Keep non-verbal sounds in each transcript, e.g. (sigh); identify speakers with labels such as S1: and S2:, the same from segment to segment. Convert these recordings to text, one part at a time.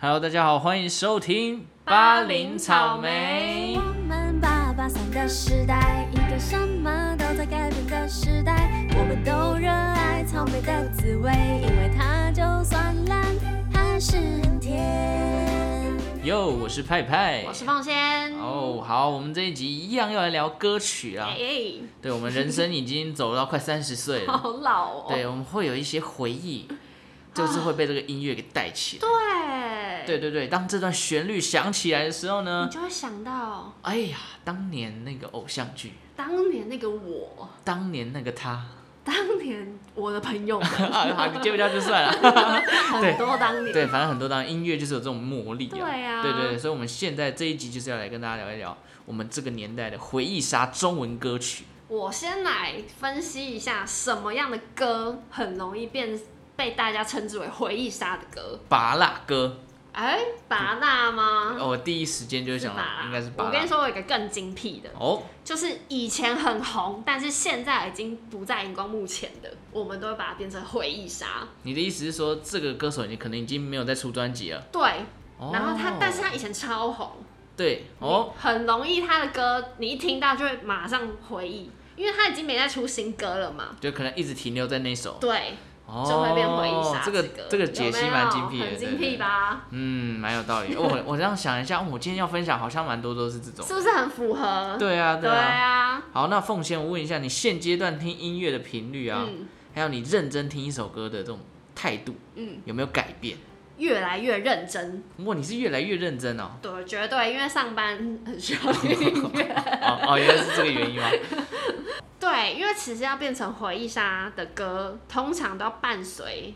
S1: Hello，大家好，欢迎收听
S2: 巴林草莓
S3: 我们八八三的时代，一个什么都在改变的时代。我们都热爱草莓的滋味，因为它就算烂，还是很甜。
S1: 哟，我是派派，
S2: 我是凤仙。
S1: 哦，好，我们这一集一样要来聊歌曲啊
S2: 哎、。哎
S1: 对，我们人生已经走到快三十岁
S2: (laughs)
S1: 了，
S2: 好老哦。
S1: 对，我们会有一些回忆，就是会被这个音乐给带起来。
S2: 对
S1: 对对对，当这段旋律响起来的时候呢
S2: 你，就会想到
S1: 哎呀，当年那个偶像剧，
S2: 当年那个我，
S1: 当年那个他， (laughs)
S2: 当年我的朋友们，
S1: 啊，好，你接不下就算了。对
S2: 很多当 (laughs) 年。
S1: 对，反正很多当然音乐就是有这种魔力啊。
S2: 对啊
S1: 对对对，所以我们现在这一集就是要来跟大家聊一聊我们这个年代的回忆杀中文歌曲。
S2: 我先来分析一下什么样的歌很容易变被大家称之为回忆杀的歌。
S1: 拔蜡歌，
S2: 哎、拔蜡吗？
S1: 哦我第一时间就会想
S2: 嗯
S1: 到
S2: 拔蜡
S1: 应该是拔蜡。
S2: 我跟你说，我有一个更精辟的，
S1: 哦，
S2: 就是以前很红，但是现在已经不在荧光幕前的，我们都会把它变成回忆杀。
S1: 你的意思是说这个歌手已经可能已经没有在出专辑了？
S2: 对，
S1: 哦、
S2: 然后他，但是他以前超红，
S1: 对
S2: 哦
S1: 哦，，
S2: 很容易他的歌你一听到就会马上回忆，因为他已经没再出新歌了嘛。
S1: 就可能一直停留在那首，
S2: 对，
S1: 哦，
S2: 就会变回忆杀、
S1: 这
S2: 个
S1: 个这个解析蛮精辟的，
S2: 有没
S1: 对
S2: 有很精辟？
S1: 对对
S2: 吧？
S1: 嗯，蛮有道理。我 (laughs) 我这样想一下，哦我今天要分享好像蛮多都是这种。
S2: 是不是很符合？
S1: 对啊，
S2: 对
S1: 啊。
S2: 啊，
S1: 好，那奉先，我问一下，你现阶段听音乐的频率啊，
S2: 嗯
S1: 还有你认真听一首歌的这种态度，
S2: 嗯，
S1: 有没有改变？
S2: 越来越认真，
S1: 哇，你是越来越认真哦。
S2: 对，绝对，因为上班很需
S1: (laughs)
S2: 要音乐。
S1: 哦哦，原来是这个原因吗？
S2: 对，因为其实要变成回忆杀的歌，通常都要伴随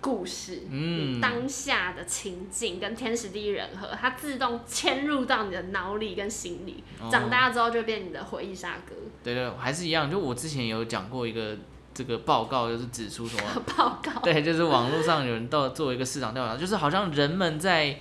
S2: 故事，
S1: 嗯
S2: 当下的情境跟天时地利人和，它自动嵌入到你的脑里跟心里。
S1: 哦
S2: 长大之后就变你的回忆杀歌。
S1: 对对，还是一样。就我之前有讲过一个这个报告，就是指出什
S2: (laughs)
S1: 么？
S2: 报告，
S1: (laughs) 对，就是网络上有人到做一个市场调查，就是好像人们在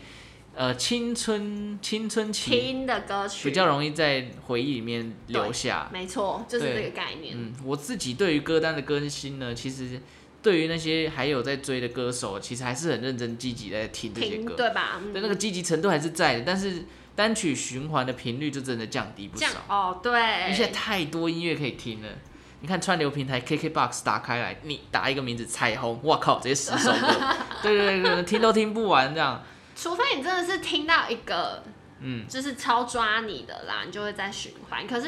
S1: 呃青春青春期
S2: 听的歌曲
S1: 比较容易在回忆里面留下。
S2: 没错，就是
S1: 对
S2: 这个概念。
S1: 嗯，我自己对于歌单的更新呢，其实对于那些还有在追的歌手，其实还是很认真积极在听这些
S2: 听
S1: 歌，
S2: 对吧？嗯
S1: 对那个积极程度还是在的，但是单曲循环的频率就真的降低不
S2: 这样
S1: 少，
S2: 哦，
S1: 因
S2: 对
S1: 为，现在太多音乐可以听了。你看串流平台 KKBOX 打开来，你打一个名字彩虹，哇靠，直接十首歌，对对对对，听都听不完这样。
S2: 除非你真的是听到一个，
S1: 嗯，
S2: 就是超抓你的啦，你就会在循环。可是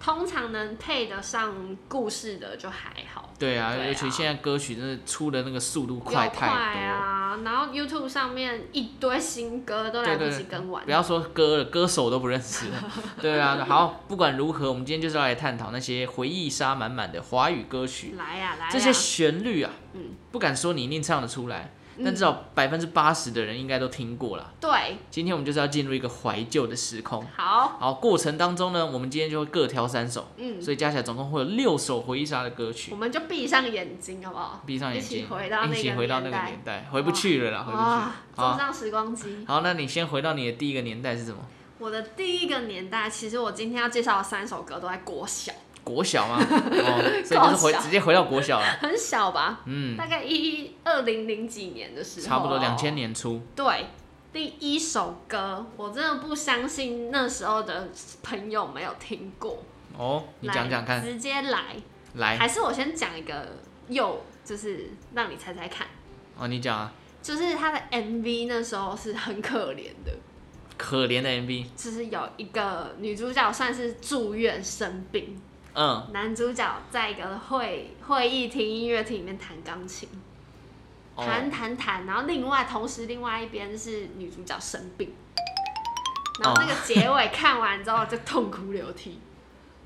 S2: 通常能配得上故事的就还好，
S1: 对啊，
S2: 对啊
S1: 尤其现在歌曲真的出的那个速度
S2: 又
S1: 快太
S2: 快
S1: 多了。
S2: 啊！然后 YouTube 上面一堆新歌都来
S1: 对
S2: 不
S1: 对
S2: 及
S1: 对，
S2: 跟完，
S1: 不要说歌了，歌手都不认识
S2: (laughs)
S1: 了。对啊，好，不管如何，我们今天就是要来探讨那些回忆杀满满的华语歌曲，
S2: 来呀、来呀、
S1: 这些旋律啊，
S2: 嗯
S1: 不敢说你一定唱得出来，但
S2: 嗯
S1: 至少百分之八十的人应该都听过啦。
S2: 对，
S1: 今天我们就是要进入一个怀旧的时空。
S2: 好，
S1: 好，过程当中呢，我们今天就会各挑三首，
S2: 嗯，
S1: 所以加起来总共会有六首回忆杀的歌曲
S2: 我。们就闭上眼睛好不好？
S1: 闭上眼
S2: 一
S1: 睛
S2: 起，回到那个
S1: 一起回到那个
S2: 年代
S1: 年代，回不去了啦，回不
S2: 哇，
S1: 去。
S2: 坐
S1: 好，啊
S2: 上时光机。
S1: 好，那你先回到你的第一个年代是什么？
S2: 我的第一个年代，其实我今天要介绍的三首歌都在国小，
S1: 国小
S2: (laughs)
S1: 吗？哦，所以就是回
S2: 国小
S1: 直接回到国小了。
S2: 很小吧，
S1: 嗯，
S2: 大概一二零零几年的时候，
S1: 差不多两千。年初。
S2: 对，第一首歌，我真的不相信那时候的朋友没有听过。
S1: 哦，你讲讲
S2: 来
S1: 看，哎
S2: 直接来，
S1: 来
S2: 还是我先讲一个又就是让你猜猜看，
S1: 哦，你讲啊，
S2: 就是他的 MV 那时候是很可怜的，
S1: 可怜的 MV，
S2: 就是有一个女主角算是住院生病，
S1: 嗯，
S2: 男主角在一个会会议厅音乐厅里面弹钢琴，弹
S1: 哦，
S2: 弹弹，然后另外同时另外一边是女主角生病。
S1: 哦
S2: 然后那个结尾看完之后就痛哭
S1: (laughs)
S2: 流涕，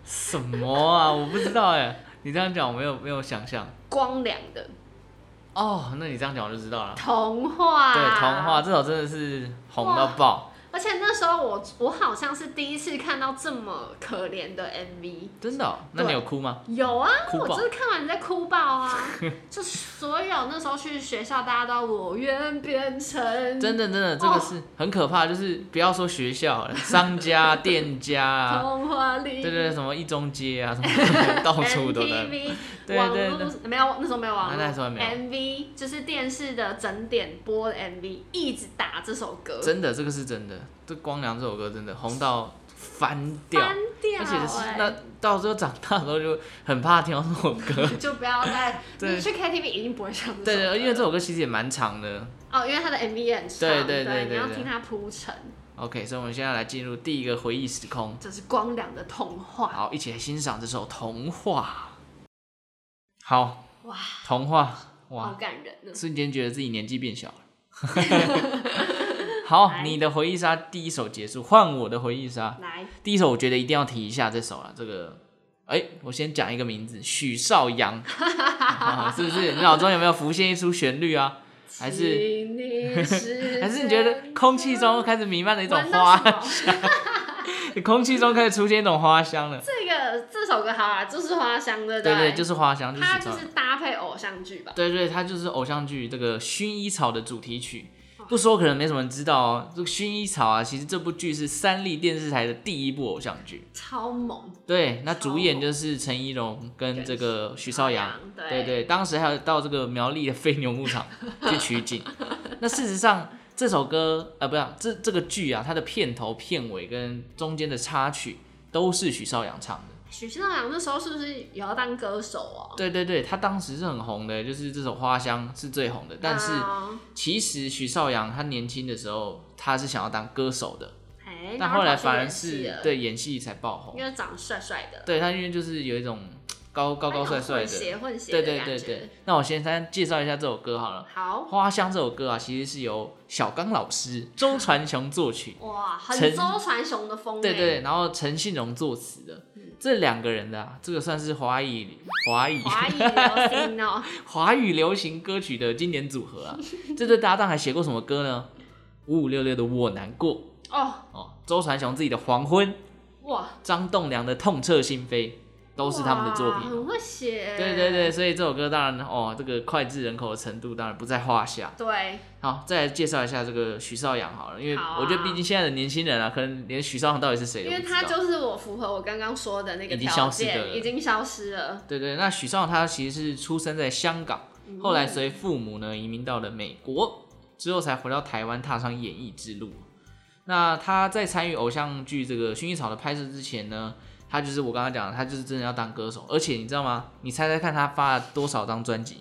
S1: 什么啊？ (laughs) 我不知道哎，你这样讲我没有没有想象。
S2: 光良的
S1: 哦，那你这样讲我就知道了。
S2: 童话，
S1: 对，童话，这首真的是红到爆，
S2: 而而且那时候我我好像是第一次看到这么可怜的 MV。
S1: 真的哦、那你有哭吗？
S2: 有啊，
S1: 哭
S2: 我
S1: 爆
S2: 就是看完在哭
S1: (laughs)
S2: 爆啊！就所有那时候去学校，大家都要我愿变成
S1: 真的真的，这个
S2: 哦
S1: 是很可怕，就是不要说学校了，商家、店家啊，
S2: 童话里
S1: 对对对，什么一中街啊，什么 (laughs) 到处都在。
S2: MTV
S1: (laughs) 对
S2: 网
S1: 对
S2: 络
S1: 对啊
S2: 没有那时候没有网络，
S1: 那那时候还没有
S2: MV 就是电视的整点播的 MV，一直打这首歌，
S1: 真的，这个是真的，这《光良》这首歌真的红到翻掉，
S2: 翻掉、
S1: 而且是
S2: 欸，
S1: 那到时候长大的时候就很怕听到这首
S2: (laughs)
S1: 歌。
S2: 就不要再
S1: (laughs) 对
S2: 你去 KTV 一定不会唱这
S1: 对
S2: 首歌，
S1: 对，因为这首歌其实也蛮长的。
S2: 哦，因为它的 MV 也很长，
S1: 对对对对
S2: 你要
S1: 对
S2: 听它铺陈，
S1: OK，所以我们现在来进入第一个回忆时空，
S2: 这是光良的童话，
S1: 好，一起来欣赏这首《童话》。好，
S2: 哇，哦
S1: 童话，
S2: 好
S1: 哇，
S2: 感人呢。
S1: 瞬间觉得自己年纪变小了。
S2: (laughs)
S1: 好，
S2: 来
S1: 你的回忆杀第一首结束，换我的回忆杀
S2: 来，
S1: 第一首，我觉得一定要提一下这首了。这个，哎、我先讲一个名字，许绍洋、 (laughs) 啊是不是？你脑中有没有浮现一出旋律啊？还是
S2: 请你时
S1: 还是你觉得空气中开始弥漫着一种
S2: 闻到
S1: 花
S2: 什么？
S1: (laughs) 空气中开始出现一种花香
S2: (laughs)
S1: 了。
S2: 这个这首歌好啊，就是花香的，
S1: 对
S2: 不
S1: 对，就是花香，就是
S2: 它
S1: 许绍
S2: 就
S1: 洋
S2: 是搭配偶像剧吧。
S1: 对对，它就是偶像剧这个《薰衣草》的主题曲。不说可能没什么人知道哦，这个《薰衣草》啊，其实这部剧是三立电视台的第一部偶像剧。
S2: 超猛，
S1: 对，那主演
S2: 超
S1: 就是陈怡蓉跟
S2: 跟
S1: 这个许绍洋。，对
S2: 对
S1: 对，当时还有到这个苗栗的飞牛牧场去取
S2: (laughs)
S1: 景。那事实上，这首歌呃，不是啊这这个剧啊，它的片头、片尾跟中间的插曲都是许绍洋唱的。
S2: 许绍洋那时候是不是也要当歌手哦？
S1: 对对对，他当时是很红的，就是这首《花香》是最红的，但是。
S2: 啊
S1: 其实许绍洋他年轻的时候，他是想要当歌手的，
S2: 哎，
S1: 但后来反而
S2: 然后跑去演戏
S1: 是
S2: 了，
S1: 对演戏才爆红
S2: 因。为长得帅帅的，哎
S1: 对他因为就是有一种高高高帅帅
S2: 混
S1: 的，
S2: 血混血
S1: 对
S2: 的
S1: 对
S2: 感
S1: 对
S2: 觉
S1: 对。那我先先介绍一下这首歌好了，《
S2: 好
S1: 花香》这首歌啊，其实是由小刚老师、周传雄作曲，
S2: 哇，很
S1: 陈
S2: 周传雄的风，欸
S1: 对对，，然后陈信荣作词的。这两个人的、啊，这个算是华语华语
S2: 华语流行哦，
S1: (laughs) 华语流行歌曲的经典组合啊。这对搭档还写过什么歌呢？五五六六的我难过。
S2: 哦
S1: 哦，周传雄自己的《黄昏》，
S2: 哇，
S1: 张栋梁的《痛彻心扉》，都是他们的作
S2: 哇
S1: 品。啊
S2: 很会写，
S1: 对对对，所以这首歌当然哦，这个脍炙人口的程度当然不在话下。
S2: 对，
S1: 好，再来介绍一下这个许绍洋好了，因为
S2: 好啊
S1: 我觉得毕竟现在的年轻人啊，可能连许绍洋到底是谁都
S2: 因
S1: 不
S2: 为
S1: 知道。
S2: 他就是我符合我刚刚说的那个
S1: 已经
S2: 条
S1: 消失的
S2: 件，
S1: 了
S2: 已经消失了，
S1: 对对，那许绍洋他其实是出生在香港，
S2: 嗯
S1: 后来随父母呢移民到了美国，之后才回到台湾踏上演艺之路。那他在参与偶像剧这个《薰衣草》的拍摄之前呢，他就是我刚刚讲的，他就是真的要当歌手。而且你知道吗？你猜猜看他发了多少张专辑？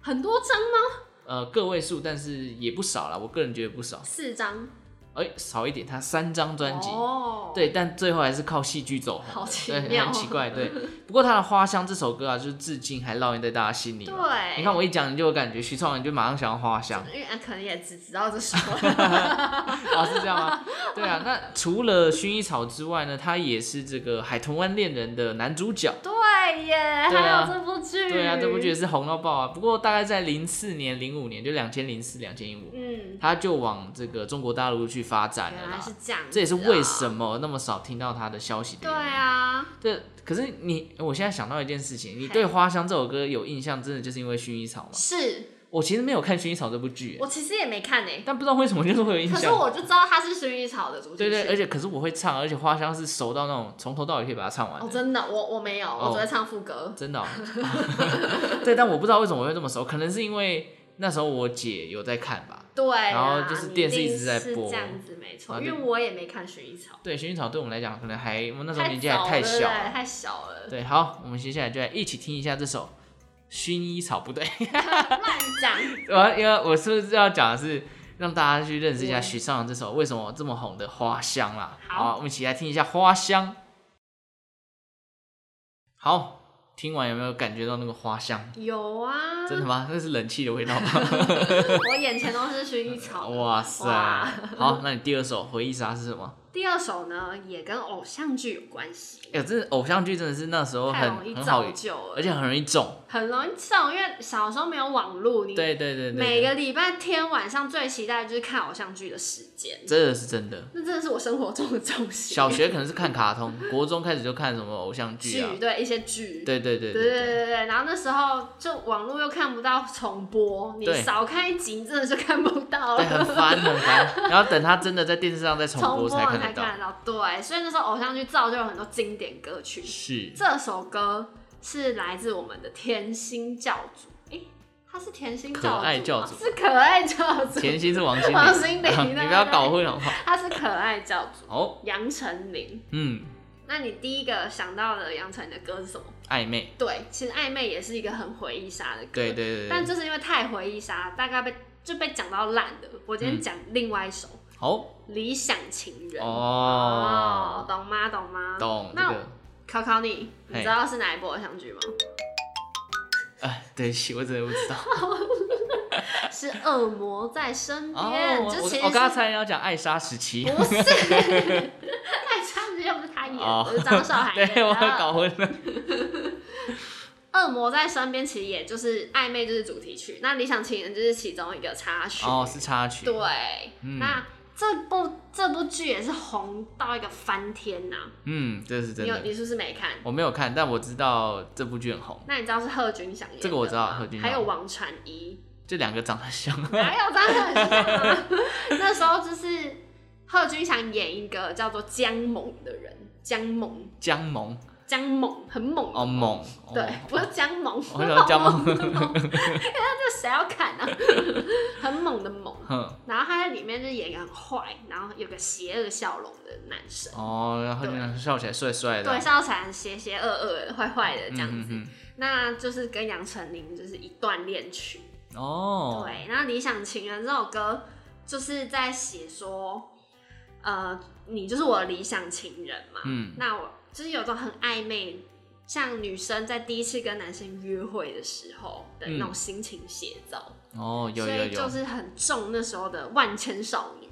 S2: 很多张吗？
S1: 呃，个位数，但是也不少啦，我个人觉得不少。
S2: 四张
S1: 哎、少一点，他三张专辑。
S2: 哦，
S1: 对，但最后还是靠戏剧走红的，
S2: 好奇
S1: 对
S2: 妙
S1: 很奇怪。对，不过他的《花香》这首歌啊，就是至今还烙印在大家心里嘛。
S2: 对，
S1: 你看我一讲，你就有感觉，徐创你就马上想要花
S2: (laughs)
S1: 香
S2: 因为啊可能也只知道
S1: (laughs)
S2: 这首，
S1: 啊，是这样吗？对啊，那除了薰衣草之外呢，他也是这个《海豚湾恋人》的男主角。
S2: 对耶，
S1: 对啊
S2: 还有这部剧，
S1: 对啊，这部剧也，是红到爆啊！不过大概在零四年、零五年，就两千零四、两千零五，
S2: 嗯，
S1: 他就往这个中国大陆去发展了
S2: 原来
S1: 啦
S2: 是。这样、啊
S1: 这也是为什
S2: 么？
S1: 么那么少听到他的消息的
S2: 对
S1: 原因。
S2: 啊，
S1: 这可是你，我现在想到一件事情，你
S2: 嘿
S1: 对《花香》这首歌有印象，真的就是因为薰衣草吗？
S2: 是
S1: 我其实没有看《薰衣草》这部剧，
S2: 我其实也没看诶、
S1: 但不知道为什么就是会有印
S2: 可
S1: 象。
S2: 是我就知道它是薰衣草的主题
S1: 对
S2: 曲，
S1: 对，而且可是我会唱，而且花香是熟到那种从头到尾可以把它唱完的，
S2: 哦，真的，我我没有，
S1: 哦
S2: 我只会唱副歌，
S1: 真的哦、 (laughs) 对，但我不知道为什么我会这么熟，可能是因为那时候我姐有在看吧。
S2: 对啊，
S1: 然后就是电视一直在播
S2: 你定是这样子没错，
S1: 然后
S2: 因
S1: 就
S2: 为我也没看薰衣草，
S1: 对，薰衣草对我们来讲可能还我们那时候年纪还
S2: 早了
S1: 太小
S2: 对
S1: 了。
S2: 太小
S1: (laughs)
S2: 了，
S1: 对，好，我们接下来就来一起听一下这首《薰衣草》，不对，
S2: 乱讲，
S1: 我要因为我是不是要讲的是让大家去认识一下
S2: 我
S1: 许绍洋这首为什么这么红的《花香》啦？
S2: 好
S1: 我们一起来听一下《花香》。好，听完有没有感觉到那个花香？
S2: 有啊，
S1: 真的吗？那是冷气的味道吗？ (laughs)
S2: 我眼前都是薰衣草，
S1: 哇塞
S2: 哇！
S1: 好，那你第二首回忆杀是什么？
S2: 第二首呢，也跟偶像剧有关系，
S1: 哎、这偶像剧真的是那时候
S2: 太
S1: 很
S2: 容易
S1: 很好
S2: 造，就了，
S1: 而且很容易中。
S2: 很容易中，因为小时候没有网络，你
S1: 对对对对对，
S2: 每个礼拜天晚上最期待的就是看偶像剧的时间，
S1: 真的是真的。
S2: 那真的是我生活中的重心。
S1: 小学可能是看卡通，国中开始就看什么偶像剧
S2: 剧
S1: 啊，
S2: 对一些剧，
S1: 对对对
S2: 对对对对对然后那时候就网络又看不到重播，你
S1: 对
S2: 少看一集你真的是看不到
S1: 对，很
S2: 了。
S1: 烦很烦。然后等他真的在电视上再重
S2: 重
S1: 播才
S2: 了
S1: 看
S2: 才
S1: 得到。
S2: 看得到，对，所以那时候偶像剧造就了很多经典歌曲。
S1: 是
S2: 这首歌是来自我们的甜心教主，诶，他是甜心教主吗，
S1: 可爱教主
S2: 是可爱教主，
S1: 甜心是王心凌，
S2: 王心凌
S1: (laughs) 你
S2: 对
S1: 不要搞混好不好？
S2: 他是可爱教主
S1: 哦，
S2: 杨丞琳。
S1: 嗯，
S2: 那你第一个想到的杨丞琳的歌是什么？
S1: 暧昧，
S2: 对，其实暧昧也是一个很回忆杀的歌，
S1: 对对对
S2: 但
S1: 对，
S2: 就是因为太回忆杀，大概被就被讲到烂的。我今天
S1: 嗯
S2: 讲另外一首《
S1: 好
S2: 理想情人》
S1: 哦，
S2: 哦懂吗？懂吗？
S1: 懂这
S2: 那
S1: 个。
S2: 考考你，你
S1: 嘿
S2: 知道是哪一部偶像剧吗？
S1: 哎，对不起，我真的不知
S2: (laughs)
S1: 道。
S2: 是《恶魔在身边
S1: 哦，》，
S2: 就
S1: 我
S2: 啊其实
S1: 我刚刚
S2: 是
S1: 差点要讲艾莎时期， (laughs)
S2: 不是， (laughs) 太唱又不是他演的，是张韶涵
S1: (laughs)
S2: 演
S1: 哦对我
S2: 的。啊
S1: 搞混
S2: (laughs)
S1: 了。
S2: 恶魔在身边其实也就是暧昧，就是主题曲。那理想情人就是其中一个插曲。
S1: 哦，是插曲。
S2: 对，
S1: 嗯
S2: 那这部这部剧也是红到一个翻天呐、
S1: 嗯，这是真
S2: 你有
S1: 的。
S2: 你是不是没看？
S1: 我没有看，但我知道这部剧很红，
S2: 那你知道是贺军翔演的吗
S1: 这个我知道嗯贺军翔
S2: 还有王传一，
S1: 这两个长得像。 (laughs)
S2: 哪有张很像？那时候就是贺军翔演一个叫做江猛的人，江猛，
S1: 江萌
S2: 江猛很猛的
S1: 哦，猛哦
S2: 对，不是江猛，
S1: 我想
S2: (laughs)
S1: 江萌，
S2: 这谁要看啊？ (laughs) 很猛的猛。
S1: 哼，
S2: 然后他在里面就是演一个很坏，然后有个邪恶笑容的男生，
S1: 哦，然后
S2: 对
S1: 就笑起来帅帅的，嗯
S2: 对，笑起来很邪邪恶恶的、坏坏的这样子。
S1: 啊嗯嗯
S2: 那就是跟杨丞琳就是一段恋曲。
S1: 嗯哦，
S2: 对，那《理想情人》这首歌就是在写说，呃，你就是我的理想情人嘛。
S1: 嗯，
S2: 那我就是有种很暧昧，像女生在第一次跟男生约会的时候的那种心情写照，
S1: 哦，有
S2: 所
S1: 有
S2: 以就
S1: 有，
S2: 是很重那时候的万千少女。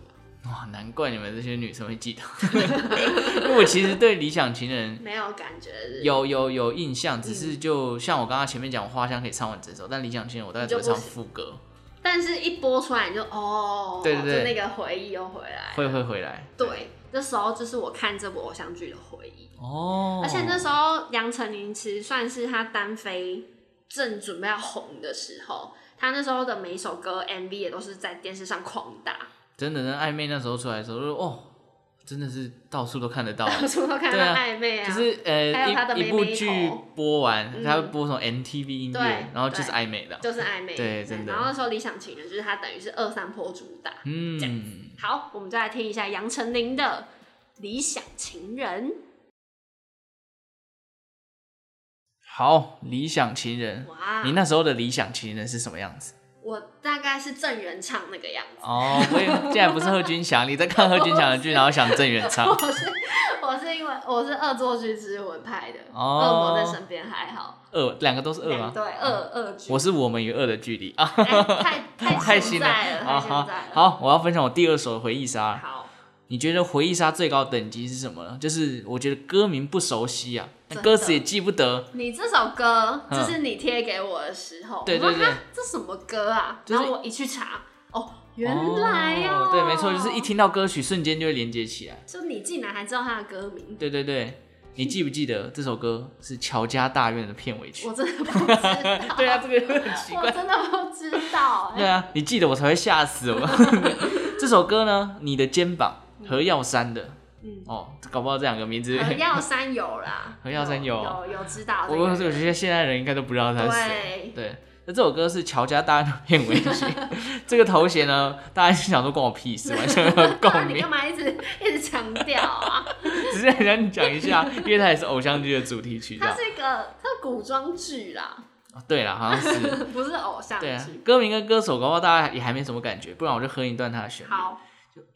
S1: 哇，难怪你们这些女生会记得。因为我其实对理想情人
S2: 没有感觉是不是，
S1: 有有有印象，只
S2: 嗯
S1: 是就像我刚刚前面讲，我花香可以唱完整首，但理想情人我大概只会唱副歌，
S2: 但是一播出来你就哦，
S1: 对对对
S2: 就那个回忆又回来。
S1: 会会回来。
S2: 对，那时候就是我看这部偶像剧的回忆。
S1: 哦，
S2: 而且那时候杨丞琳其实算是她单飞正准备要红的时候，她那时候的每一首歌 MV 也都是在电视上狂打， (laughs)
S1: 真的，那暧昧那时候出来的时候，就哦，真的是到处都看得
S2: (laughs)
S1: 到。
S2: 到处都看
S1: 对
S2: 到
S1: 啊
S2: 暧昧啊。
S1: 就是
S2: 还有他的
S1: 呃，一
S2: 妹妹
S1: 一部剧
S2: 头
S1: 播完，
S2: 嗯
S1: 他会播什么 MTV 音
S2: 对
S1: 乐，然后就是
S2: 对
S1: 暧昧的，
S2: 就是暧昧，
S1: 对真的
S2: 然后那时候《理想情人》就是她等于是二三坡主打。这样
S1: 嗯，
S2: 好，我们再来听一下杨丞琳的《理想情人》。
S1: 好，理想情人，
S2: 哇，
S1: 你那时候的理想情人是什么样子？
S2: 我大概是郑元畅那个样子， (laughs)
S1: 哦，我也竟然不是贺军翔，你在看贺军翔的剧，然后想郑元
S2: (laughs)
S1: 畅，
S2: 我是我是因为我是恶作剧之吻派的，恶、
S1: 哦
S2: 魔在身边还好，
S1: 二两个都是二
S2: 两
S1: 吗？
S2: 对恶恶剧
S1: 我是我们与恶的距离啊， (laughs)
S2: 哎太
S1: 太
S2: 太
S1: 新
S2: 现
S1: 了
S2: 在了，
S1: 啊
S2: 太
S1: 好
S2: 现
S1: 嗯
S2: 在了。
S1: 好，我要分享我第二首的回忆杀了。
S2: 好，
S1: 你觉得回忆杀最高等级是什么呢？就是我觉得歌名不熟悉啊，
S2: 真的
S1: 歌词也记不得，
S2: 你这首歌
S1: 嗯
S2: 就是你贴给我的时候，
S1: 对
S2: 我
S1: 对
S2: 说
S1: 对
S2: 哈这什么歌啊？
S1: 就是
S2: 然后我一去查，哦，原来
S1: 哦
S2: 哦，
S1: 对，没错，就是一，听到歌曲瞬间就会连接起来。
S2: 就你竟然还知道他的歌
S1: (laughs)
S2: 名，
S1: 对对对，你记不记得这首歌是《乔家大院》的片尾曲
S2: 我？真的不知道，
S1: 对啊，这个很奇
S2: 我
S1: 怪。
S2: 真的不知道，
S1: (laughs)
S2: 哎
S1: 对啊，你记得我才会吓死我。 (laughs) 这首歌呢，《你的肩膀》何耀珊的
S2: 嗯，
S1: 哦，搞不好这两个名字，
S2: 何耀珊有啦，
S1: 何耀珊有
S2: 有有知道
S1: 我
S2: 这
S1: 我
S2: 个
S1: 觉
S2: 人，
S1: 得现在人应该都不知道他是谁。
S2: 对，
S1: 对，那这首歌是乔家大院的片
S2: (laughs)
S1: 尾曲，这个头衔呢，大家就想说关我屁事，完全没有
S2: 那
S1: 共
S2: 你
S1: 鸣
S2: (laughs) 干。嘛一直一直强
S1: (laughs)
S2: 调啊？
S1: 只是很想讲一下，因为它也是偶像剧的主题曲这
S2: 它
S1: 样。哦
S2: 是一个它是古装剧啦， (laughs)
S1: 对了，好像是
S2: 不 (laughs) 是偶像
S1: 对啊
S2: 剧。，
S1: 歌名跟歌手搞不好大家也还没什么感觉，不然我就哼一段他的旋律。
S2: 好，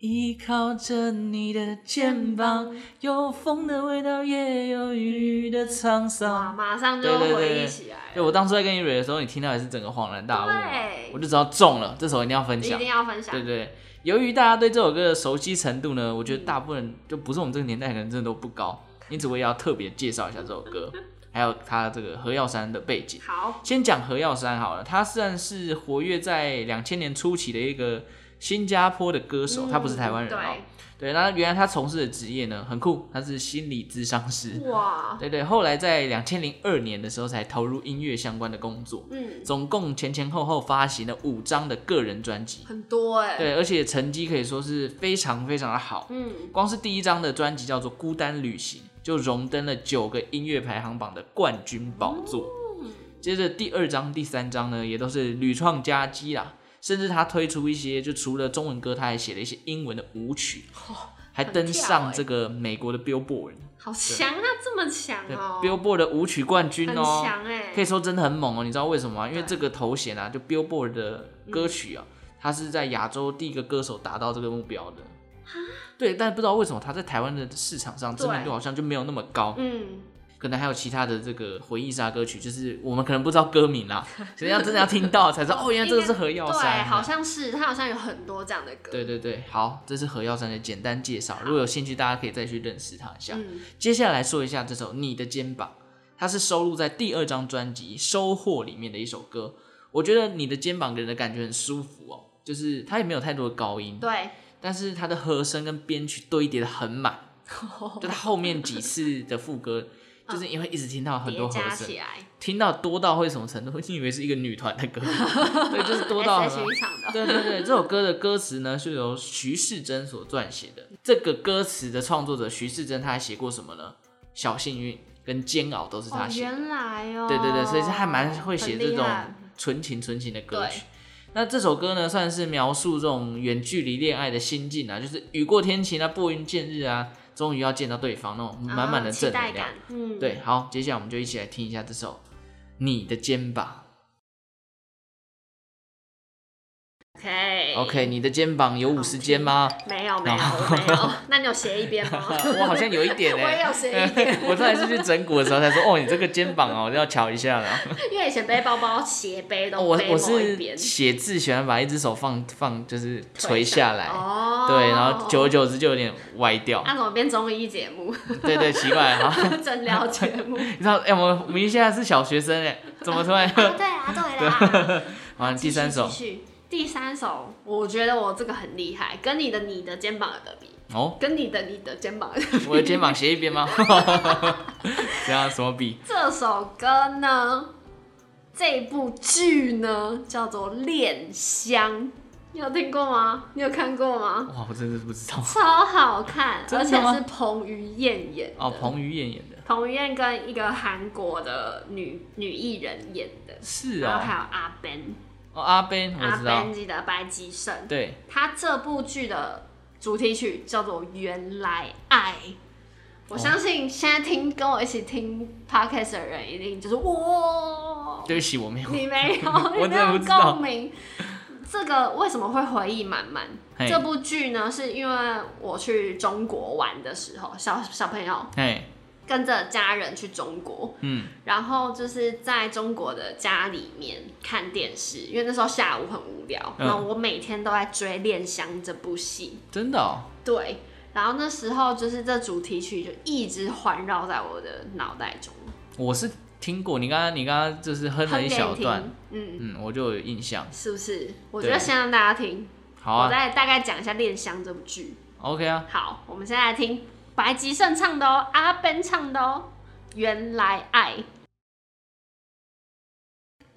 S1: 依靠着你的肩膀，有风的味道，也有雨的沧
S2: 哇，
S1: 桑。
S2: 马上就
S1: 对对对
S2: 回忆起来
S1: 对
S2: 了，
S1: 我当初在跟你蕊的时候，你听到也是整个恍然大悟嘛
S2: 对
S1: 我就知道中了，这首一定要分
S2: 一
S1: 享
S2: 定。要分享
S1: 对。对，由于大家对这首歌的熟悉程度呢，我觉得大部分人就不是我们这个年代的人，真的都不高，因此我也要特别介绍一下这首歌，还有它这个何耀珊的背景。
S2: 好，
S1: 先讲何耀珊好了，他虽然是活跃在两千年初期的一个新加坡的歌手，他不是台湾人哦、
S2: 嗯
S1: 对，那原来他从事的职业呢很酷，他是心理咨商师。
S2: 对，哇，
S1: 对对，后来在两千零二年的时候才投入音乐相关的工作，
S2: 嗯，
S1: 总共前前后后发行了五张的个人专辑。
S2: 很多哎、
S1: 对，而且成绩可以说是非常非常的好。
S2: 嗯，
S1: 光是第一张的专辑叫做《孤单旅行》，就荣登了九个音乐排行榜的冠军宝座。接着第二张、第三张呢，也都是屡创佳绩啦。甚至他推出一些，就除了中文歌，他还写了一些英文的舞曲，还
S2: 哦很
S1: 登
S2: 跳
S1: 上
S2: 欸
S1: 这个美国的 Billboard，
S2: 好强啊，这么强
S1: 对
S2: 哦、
S1: Billboard 的舞曲冠军
S2: 很
S1: 哦、
S2: 强哎、
S1: 可以说真的很猛哦，你知道为什么吗？因为
S2: 对嗯
S1: 这个头衔啊，就 Billboard 的歌曲啊，它是在亚洲第一个歌手达到这个目标的。对，但不知道为什么它在台湾的市场上知名度
S2: 对
S1: 好像就没有那么高，
S2: 嗯，
S1: 可能还有其他的这个回忆杀歌曲，就是我们可能不知道歌名
S2: (laughs)
S1: 啦，所以要真的要听到才知道，哦，原来这个是何耀珊
S2: 对，
S1: 啊。
S2: 好像是他好像有很多这样的歌，嗯
S1: 对对对，好，这是何耀珊的简单介绍，如果有兴趣，大家可以再去认识他一下。
S2: 嗯，
S1: 接下来说一下这首《你的肩膀》，它是收录在第二张专辑《收获》里面的一首歌。我觉得《你的肩膀》给人的感觉很舒服哦，就是它也没有太多的高音，
S2: 对，
S1: 但是它的和声跟编曲堆叠的很满，
S2: 哦
S1: 就它后面几次的副
S2: (laughs)
S1: 歌，就是因为一直听到 (laughs) 很多
S2: 叠
S1: 和
S2: 加
S1: 声
S2: 起，来，
S1: 听到多到会什么程度？ (laughs) 你以为是一个女团的
S2: (laughs)
S1: 歌，对，就是多到
S2: S
S1: 很
S2: H E 一场的，
S1: 对对对，这首歌的歌词呢是由徐世珍所撰写的。这个歌词的创作者徐世珍，他还写过什么呢？小幸运跟煎熬都是
S2: 哦
S1: 他，写的。
S2: 原来哦、
S1: 对对对，所以他还蛮会写
S2: 很
S1: 这
S2: 厉
S1: 种
S2: 害
S1: 纯情纯情的歌
S2: 对
S1: 曲。那这首歌呢，算是描述这种远距离恋爱的心境啊，就是雨过天晴啊，拨云见日啊，终于要见到对方那种满满的
S2: 啊期
S1: 正
S2: 待
S1: 能量
S2: 感。，嗯，
S1: 对，好，接下来我们就一起来听一下这首《你的肩膀》。
S2: ，OK
S1: OK，你的肩膀有五十肩吗？
S2: 没有没有
S1: 然
S2: 我没有，那你有斜一边吗？
S1: (laughs) 我好像有一点
S2: (laughs) 我也
S1: 哎、
S2: 有斜一边，
S1: (laughs) 我上一次去整骨的时候才说，哦，你这个肩膀哦，要瞧一下了。
S2: (laughs) 因为以前背包包斜背
S1: 哦
S2: 都
S1: 我
S2: 背
S1: 我
S2: 某一
S1: 是
S2: 边，
S1: 写字喜欢把一只手放放，就是垂
S2: 垂
S1: 下来，
S2: 哦，
S1: 对，然后久而久之就有点歪
S2: (laughs)
S1: 掉。
S2: 那怎么变综艺节
S1: (laughs)
S2: 目、
S1: 对对，奇怪哈，好
S2: 诊疗节目？
S1: (laughs) 你知道，哎、我们我们现在是小学生哎，怎么突然？ (laughs)
S2: 对啊，对啦。
S1: 完了第三首
S2: 继续，继续第三首，我觉得我这个很厉害，跟你的你的肩膀的比，
S1: 哦，
S2: 跟你的你的肩膀的 (laughs) 比。
S1: 我的肩膀斜一边吗？ (laughs) 这样什么比？
S2: 这首歌呢，这部剧呢叫做《恋香》，你有听过吗？你有看过吗？
S1: 哇，我真的是不知道。 (laughs)
S2: 超好看，
S1: 真
S2: 而
S1: 的
S2: 且
S1: 吗
S2: 是彭于晏演的。
S1: 哦，彭于晏演的，
S2: 彭于晏跟一个韩国的女女艺人演的，
S1: 是
S2: 然后还
S1: 哦，
S2: 有阿 Ben，
S1: 哦阿 Ben 我
S2: 啊阿
S1: 知道
S2: Ben，记得白吉胜，
S1: 对，
S2: 他这部剧的主题曲叫做《原来爱》。我相信现在听跟我一起听 podcast 的人，一定就是哇，
S1: 对不起，我没有。
S2: 你没有，
S1: (laughs) 我真
S2: 你没
S1: 的不
S2: 有
S1: 知道
S2: 共鸣。这个为什么会回忆满满？
S1: 嘿
S2: 这部剧呢，是因为我去中国玩的时候，小小朋友
S1: 哎，
S2: 跟着家人去中国，
S1: 嗯，
S2: 然后就是在中国的家里面看电视，因为那时候下午很无聊，
S1: 嗯
S2: 然后我每天都在追《恋香》这部戏，
S1: 真的哦，
S2: 对，然后那时候就是这主题曲就一直环绕在我的脑袋中，
S1: 我是听过，你刚刚你刚刚就是哼了
S2: 哼
S1: 一
S2: 给
S1: 小
S2: 你
S1: 段
S2: 听，，嗯，
S1: 嗯，我就有印象。
S2: 是不是？我觉得
S1: 对
S2: 先让大家听，
S1: 好
S2: 我
S1: 啊
S2: 再大概讲一下《恋香》这部剧。
S1: ，OK 啊，
S2: 好，我们现在来听白吉胜唱的哦，阿 Ben 唱的哦，《原来爱》。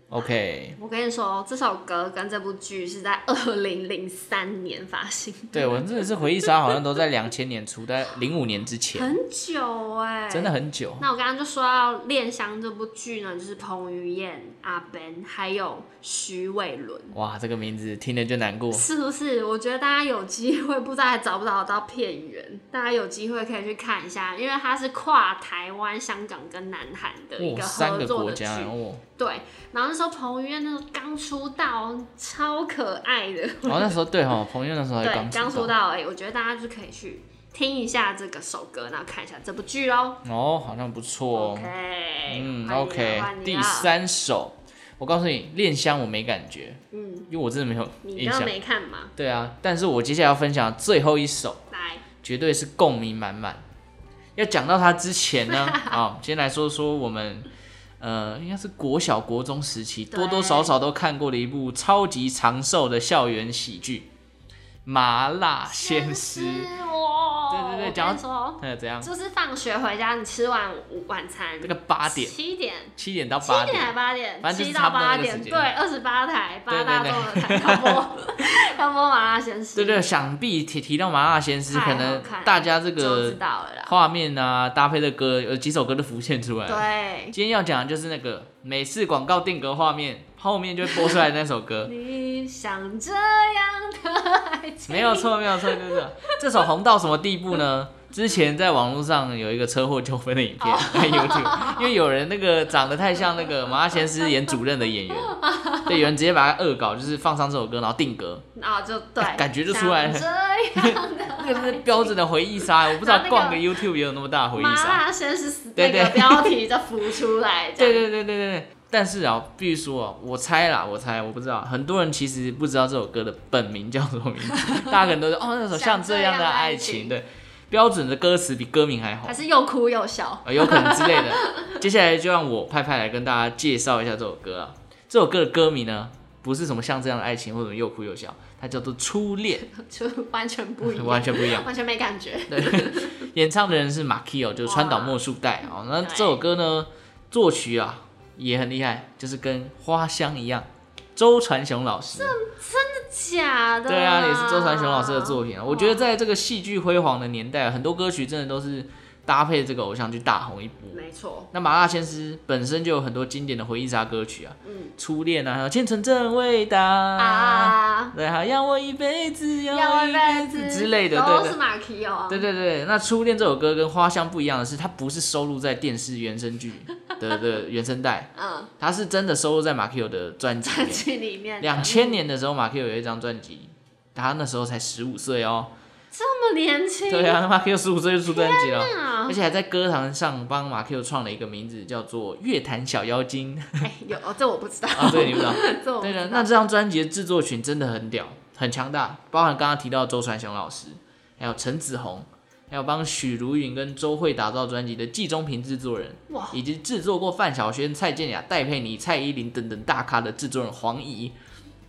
S1: ，OK。
S2: 我跟你说，哦这首歌跟这部剧是在二零零三年发行，
S1: 对我真的是回忆杀，好像都在两千年初，在零五年之前，
S2: 很久哎、
S1: 真的。很久。
S2: 那我刚刚就说到《恋香》这部剧呢，就是彭于晏、阿 Ben 还有徐伟伦，
S1: 哇，这个名字听了就难过。
S2: 是不是？我觉得大家有机会，不知道还找不找得到片源，大家有机会可以去看一下，因为它是跨台湾、香港跟南韩的一
S1: 哇，
S2: 个
S1: 三
S2: 合
S1: 个
S2: 作
S1: 国
S2: 的剧。
S1: 家哦，
S2: 对，然后那时候彭于晏那时候刚出道，超可爱的。
S1: 然后哦那时候对哈，朋友那时候还
S2: 对，
S1: 刚
S2: 刚
S1: 出道。
S2: 出道而已。我觉得大家就可以去听一下这个首歌，然后看一下这部剧喽。
S1: 哦，好像不错哦。
S2: OK，啊
S1: 嗯
S2: 换你了
S1: ，OK，
S2: 换你
S1: 第
S2: 了
S1: 三首，我告诉你，恋香我没感觉，
S2: 嗯，
S1: 因为我真的没有
S2: 你
S1: 印
S2: 刚
S1: 象
S2: 刚。没看嘛？
S1: 对啊，但是我接下来要分享最后一首，
S2: 来，
S1: 绝对是共鸣满满。要讲到它之前
S2: (laughs)
S1: 呢，啊、先来说说我们呃，应该是国小国中时期
S2: 对
S1: 多多少少都看过的一部超级长寿的校园喜剧《麻辣鲜师》。
S2: 我，
S1: 对对对
S2: 我
S1: 讲
S2: 跟
S1: 到
S2: 你说，
S1: 那怎样？
S2: 就是放学回家，你吃完午晚餐，
S1: 这个八点，
S2: 七点，
S1: 七点到
S2: 七
S1: 八
S2: 点
S1: 点，
S2: 啊还八点，
S1: 反正就是
S2: 七
S1: 差
S2: 到
S1: 不多那
S2: 八
S1: 个
S2: 点，
S1: 时间
S2: 对，二十八台
S1: 对
S2: 八
S1: 对
S2: 大
S1: 对
S2: 众的台要播 (laughs) 要播麻辣鲜师，
S1: 对对，想必提提到麻辣鲜师，
S2: 太好
S1: 可能
S2: 看了
S1: 大家这
S2: 就知
S1: 个
S2: 道了啦。
S1: 画面啊，搭配的歌，有几首歌都浮现出来了。
S2: 对，
S1: 今天要讲的就是那个每次广告定格画面后面就会播出来的那首
S2: (laughs)
S1: 歌，
S2: 你想这样的爱情，
S1: 没有错，没有错，就是这样这首红到什么地步呢？之前在网络上有一个车祸纠纷的影
S2: 哦
S1: 片在 YouTube，因为有人那个长得太像那个麻辣鲜师演主任的演员，对，有人直接把他恶搞，就是放上这首歌，然后定格，
S2: 啊，就对，
S1: 哎感觉就出来了
S2: 想这样的
S1: 那个是标准的回忆杀，我不知道
S2: 然后那个
S1: 逛个 YouTube 也有那么大的回忆
S2: 麻
S1: 杀。
S2: 辣鲜师
S1: 啊对
S2: 那
S1: 对
S2: 个标题就浮
S1: (laughs)
S2: 出来，这
S1: 对
S2: 样
S1: 对对对对对。但是啊，必须说啊，我猜啦，我猜，我不知道，很多人其实不知道这首歌的本名叫什么名字，大家可能都说哦，那首像这样的爱情，
S2: 像这样的爱情
S1: 对，标准的歌词比歌名还好
S2: 还，是又哭又笑。
S1: 呃，有可能之类的。接下来就让我派派来跟大家介绍一下这首歌啊。这首歌的歌名呢，不是什么像这样的爱情或者又哭又笑，它叫做《初恋
S2: 就完全不一》，样，
S1: (laughs) 完全不一样。
S2: (laughs) 完全没感觉。
S1: 对，演唱的人是 Makio，就是川岛茉树代哦。那
S2: 对
S1: 这首歌呢，作曲啊也很厉害，就是跟花香一样，周传雄老师。
S2: 假的啦，
S1: 对啊，也是周传雄老师的作品啊。我觉得在这个戏剧辉煌的年代，很多歌曲真的都是搭配这个偶像剧大红一波。
S2: 没错，
S1: 那麻辣鲜师本身就有很多经典的回忆杀歌曲啊，
S2: 嗯
S1: 初恋啊，还有《千层正味道》
S2: 啊，
S1: 对，还有要我一辈子，
S2: 要
S1: 要
S2: 外辈子
S1: 之类的，对
S2: 都
S1: 对
S2: 是马奎哦，
S1: 对对对，那《初恋》这首歌跟《花香》不一样的是，它不是收录在电视原声剧的的原声带，
S2: (laughs) 嗯，
S1: 它是真的收录在马 Q 的专辑里
S2: (laughs) 专
S1: 面。
S2: 辑里面
S1: 两千年的时候，马 Q 有一张专辑，他那时候才十五岁哦。
S2: 这么年
S1: (laughs)
S2: 轻，
S1: 对啊，马 Q 十五岁就出专辑了，
S2: 啊
S1: 而且还在歌坛上帮马 Q 创了一个名字，叫做“乐坛小妖精
S2: (laughs) 哎，有哦，这我不知道”。
S1: 啊，对，你不知道。
S2: 这哦我不
S1: 对的，
S2: 知
S1: 那
S2: 道。
S1: 这张专辑的制作群真的很屌，很强大，包含刚刚提到周传雄老师，还有陈子红，还有帮许茹芸跟周慧打造专辑的季中平制作人，
S2: 哇，
S1: 以及制作过范晓萱、蔡健雅、戴佩妮、蔡依林等等大咖的制作人黄怡，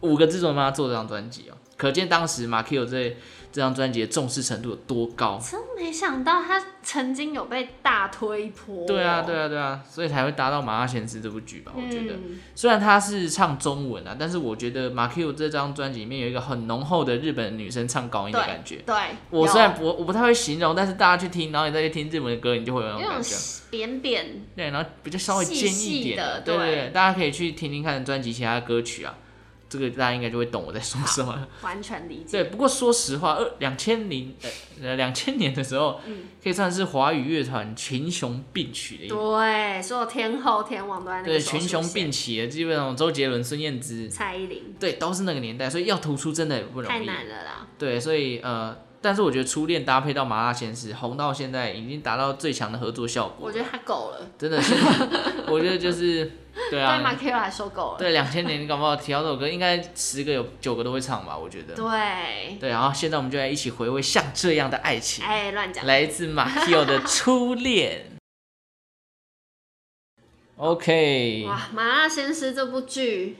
S1: 五个制作人帮他做这张专辑哦，可见当时马 Q 这这张专辑的重视程度有多高。
S2: 真没想到他曾经有被大推一波。
S1: 对啊，对
S2: 啊，
S1: 啊，对啊，所以才会达到《麻辣鲜师》这部剧吧，我觉得。
S2: 嗯
S1: 虽然他是唱中文啊，但是我觉得马 Q 这张专辑里面有一个很浓厚的日本女生唱高音的感觉。
S2: 对，
S1: 我
S2: 有
S1: 虽然不我不太会形容，但是大家去听，然后你再去听日文的歌，你就会有那
S2: 有
S1: 种
S2: 种
S1: 感觉。
S2: 扁扁，
S1: 对，然后比较稍微尖一
S2: 细细
S1: 点
S2: 的
S1: 对
S2: 对
S1: 对，大家可以去听听看专辑其他的歌曲啊，这个大家应该就会懂我在说什
S2: (laughs)
S1: 么。
S2: 完全理解。
S1: 对，不过说实话，二两千零呃两千年的时候，
S2: 嗯
S1: 可以算是华语乐团群雄并起的一
S2: 对，所有天后天王都在那
S1: 对
S2: 个时候
S1: 群雄
S2: 出现
S1: 并起的，基本上周杰伦、孙燕姿，
S2: 蔡依林
S1: 对，都是那个年代，所以要突出真的也不容易。
S2: 太难了啦，
S1: 对，所以呃，但是我觉得初恋搭配到麻辣鲜师红到现在，已经达到最强的合作效果
S2: 我。觉得他够了，
S1: 真的
S2: (laughs)
S1: 是，我觉得就是对
S2: 对马
S1: 啊，
S2: 奎来说够了。
S1: 对两千年搞不好提到这首歌，应该十个有九个都会唱吧，我觉得。
S2: 对，
S1: 对，然后现在我们就来一起回味像这样的爱情，
S2: 哎，乱讲。
S1: 来自马 Q 的初恋。OK，
S2: 哇，呃《麻辣鲜师》这部剧，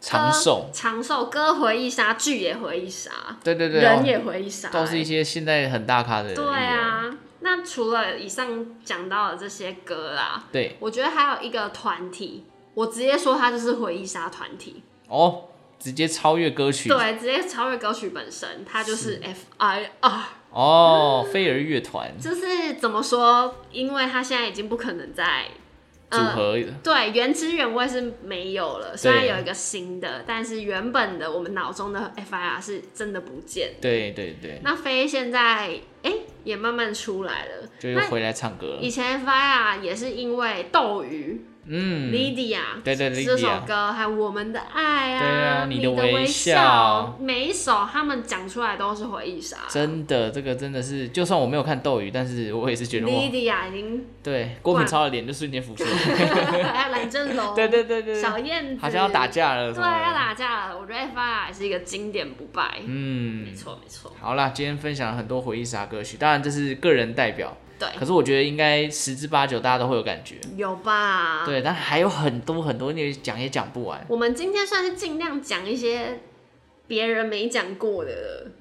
S1: 长寿
S2: 歌，长寿歌回忆杀，剧也回忆杀，
S1: 对对对，
S2: 人
S1: 哦
S2: 也回忆杀，
S1: 都是一些现在很大咖的人。
S2: 欸对，啊，那除了以上讲到的这些歌啦，
S1: 对
S2: 我觉得还有一个团体，我直接说它就是回忆杀团体，
S1: 哦，直接超越歌曲
S2: 对，直接超越歌曲本身，它就是 F I R，
S1: 哦，飞儿乐团
S2: 嗯就是怎么说？因为它现在已经不可能再
S1: 组
S2: 呃
S1: 合，
S2: 对，原汁原味是没有了，虽然
S1: 对
S2: 有一个新的，但是原本的我们脑中的 FIR 是真的不见。
S1: 对对对，
S2: 那飞现在哎、诶也慢慢出来了，
S1: 就又
S2: 那
S1: 回来唱歌了
S2: 以。前 FIR 也是因为斗鱼
S1: 嗯，
S2: Lydia，
S1: 对对
S2: 这首
S1: Lydia
S2: 歌，还有我们的爱
S1: 对啊
S2: 你
S1: 你的微
S2: 微
S1: 笑
S2: 每一首他们讲出来都是回忆杀。
S1: 真的，这个真的是，就算我没有看斗鱼，但是我也是觉得哇，
S2: Lydia 已经， (laughs)
S1: 对，郭品超的脸就瞬间浮现，
S2: 还有蓝正
S1: (laughs)
S2: 龙，
S1: 对对对对，
S2: 小
S1: 对
S2: 燕子，
S1: 好像要打，架了，
S2: 对，
S1: 什么的
S2: 要打架了。我觉得 FIR 也是一个经典不败，没
S1: 嗯，
S2: 错没错，
S1: 好啦，今天分享了很多回忆杀歌曲，当然这是个人代表，
S2: 对，
S1: 可是我觉得应该十之八九大家都会有感觉，
S2: 有吧？，
S1: 对，但还有很多很多，你讲也讲不完，
S2: 我们今天算是尽量讲一些别人没讲过的，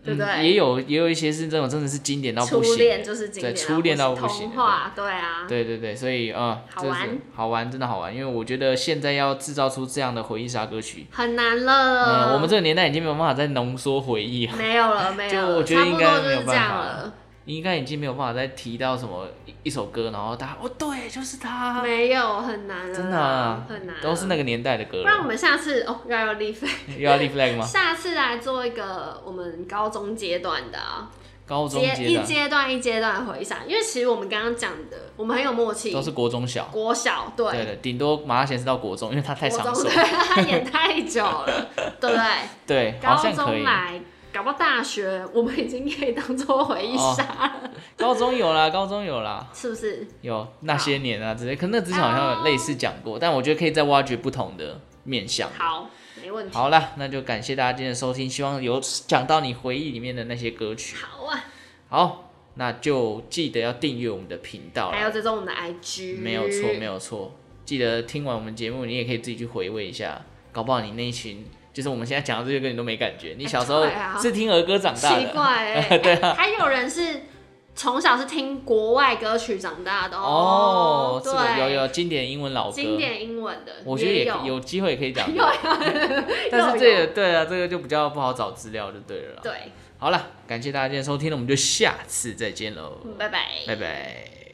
S2: 对不
S1: 嗯
S2: 对？
S1: 也有也有一些是这种真的是经典到不
S2: 初
S1: 行的，
S2: 恋就是经典
S1: 对，
S2: 啊，
S1: 初恋到
S2: 或是
S1: 不行的，
S2: 童话，对啊，
S1: 对对对，所以嗯，这
S2: 好
S1: 是
S2: 玩
S1: 好玩，真的好玩，因为我觉得现在要制造出这样的回忆杀歌曲，
S2: 很难
S1: 嗯，
S2: 了。
S1: 我们这个年代已经没有办法再浓缩回忆 (laughs) 了，
S2: 没有了，没有了，
S1: 就我觉得
S2: 差
S1: 应
S2: 不
S1: 该
S2: 多就
S1: 没有
S2: 是这
S1: 办
S2: 样
S1: 法
S2: 了。
S1: 应该已经没有办法再提到什么一一首歌，然后大家哦对，就是它，
S2: 没有，很难了，
S1: 真的啊
S2: 很难了，
S1: 都是那个年代的歌
S2: 不然我
S1: 了，
S2: 们下次哦，要有立飞，
S1: (laughs) 又要立 flag 吗？
S2: 下次来做一个我们高中阶段的、啊，
S1: 高中
S2: 阶
S1: 阶
S2: 一
S1: 段
S2: 阶段一阶段的回想，因为其实我们刚刚讲的，我们很有默契，
S1: 都是国中小，
S2: 国小对。
S1: 对的，顶多马上显示到国中，因为它太
S2: 国
S1: 长
S2: 中
S1: 寿
S2: 对，， (laughs) 他演太
S1: (laughs)
S2: 久了，对不对？
S1: 对，好
S2: 高
S1: 像可
S2: 中
S1: 以。
S2: 来，搞不好大学，我们已经可以当做回忆杀了，
S1: 高中有啦，高中有啦，
S2: 是不是？
S1: 有那些年啊之类，可那之前好像有类似讲过，但我觉得可以再挖掘不同的面向。
S2: 啊好，没问题。
S1: 好啦，那就感谢大家今天的收听，希望有讲到你回忆里面的那些歌曲。
S2: 好啊，
S1: 好，那就记得要订阅我们的频道
S2: 还有
S1: 啦，
S2: 追踪我们的 IG，
S1: 啊没有错，没有错。记得听完我们节目，你也可以自己去回味一下，搞不好你那一群就是我们现在讲的这些歌，你都没感觉。你小时候
S2: (laughs) 对啊
S1: 是听儿歌长大
S2: 奇
S1: 的，
S2: 怪、
S1: (laughs)
S2: 欸，对啊，还有人是从小是听国外歌曲长大的
S1: 哦，这个
S2: 对，
S1: 有有经典英文老歌，
S2: 经典英文的，
S1: 我觉得也
S2: (laughs) 有，
S1: 有机会可以讲
S2: 有有，
S1: (laughs) 但是
S2: 有
S1: 这个对啊，这个就比较不好找资料就对了啦。
S2: 对，
S1: 好了，感谢大家今天收听，那我们就下次再见喽，
S2: 嗯拜拜，
S1: 拜拜。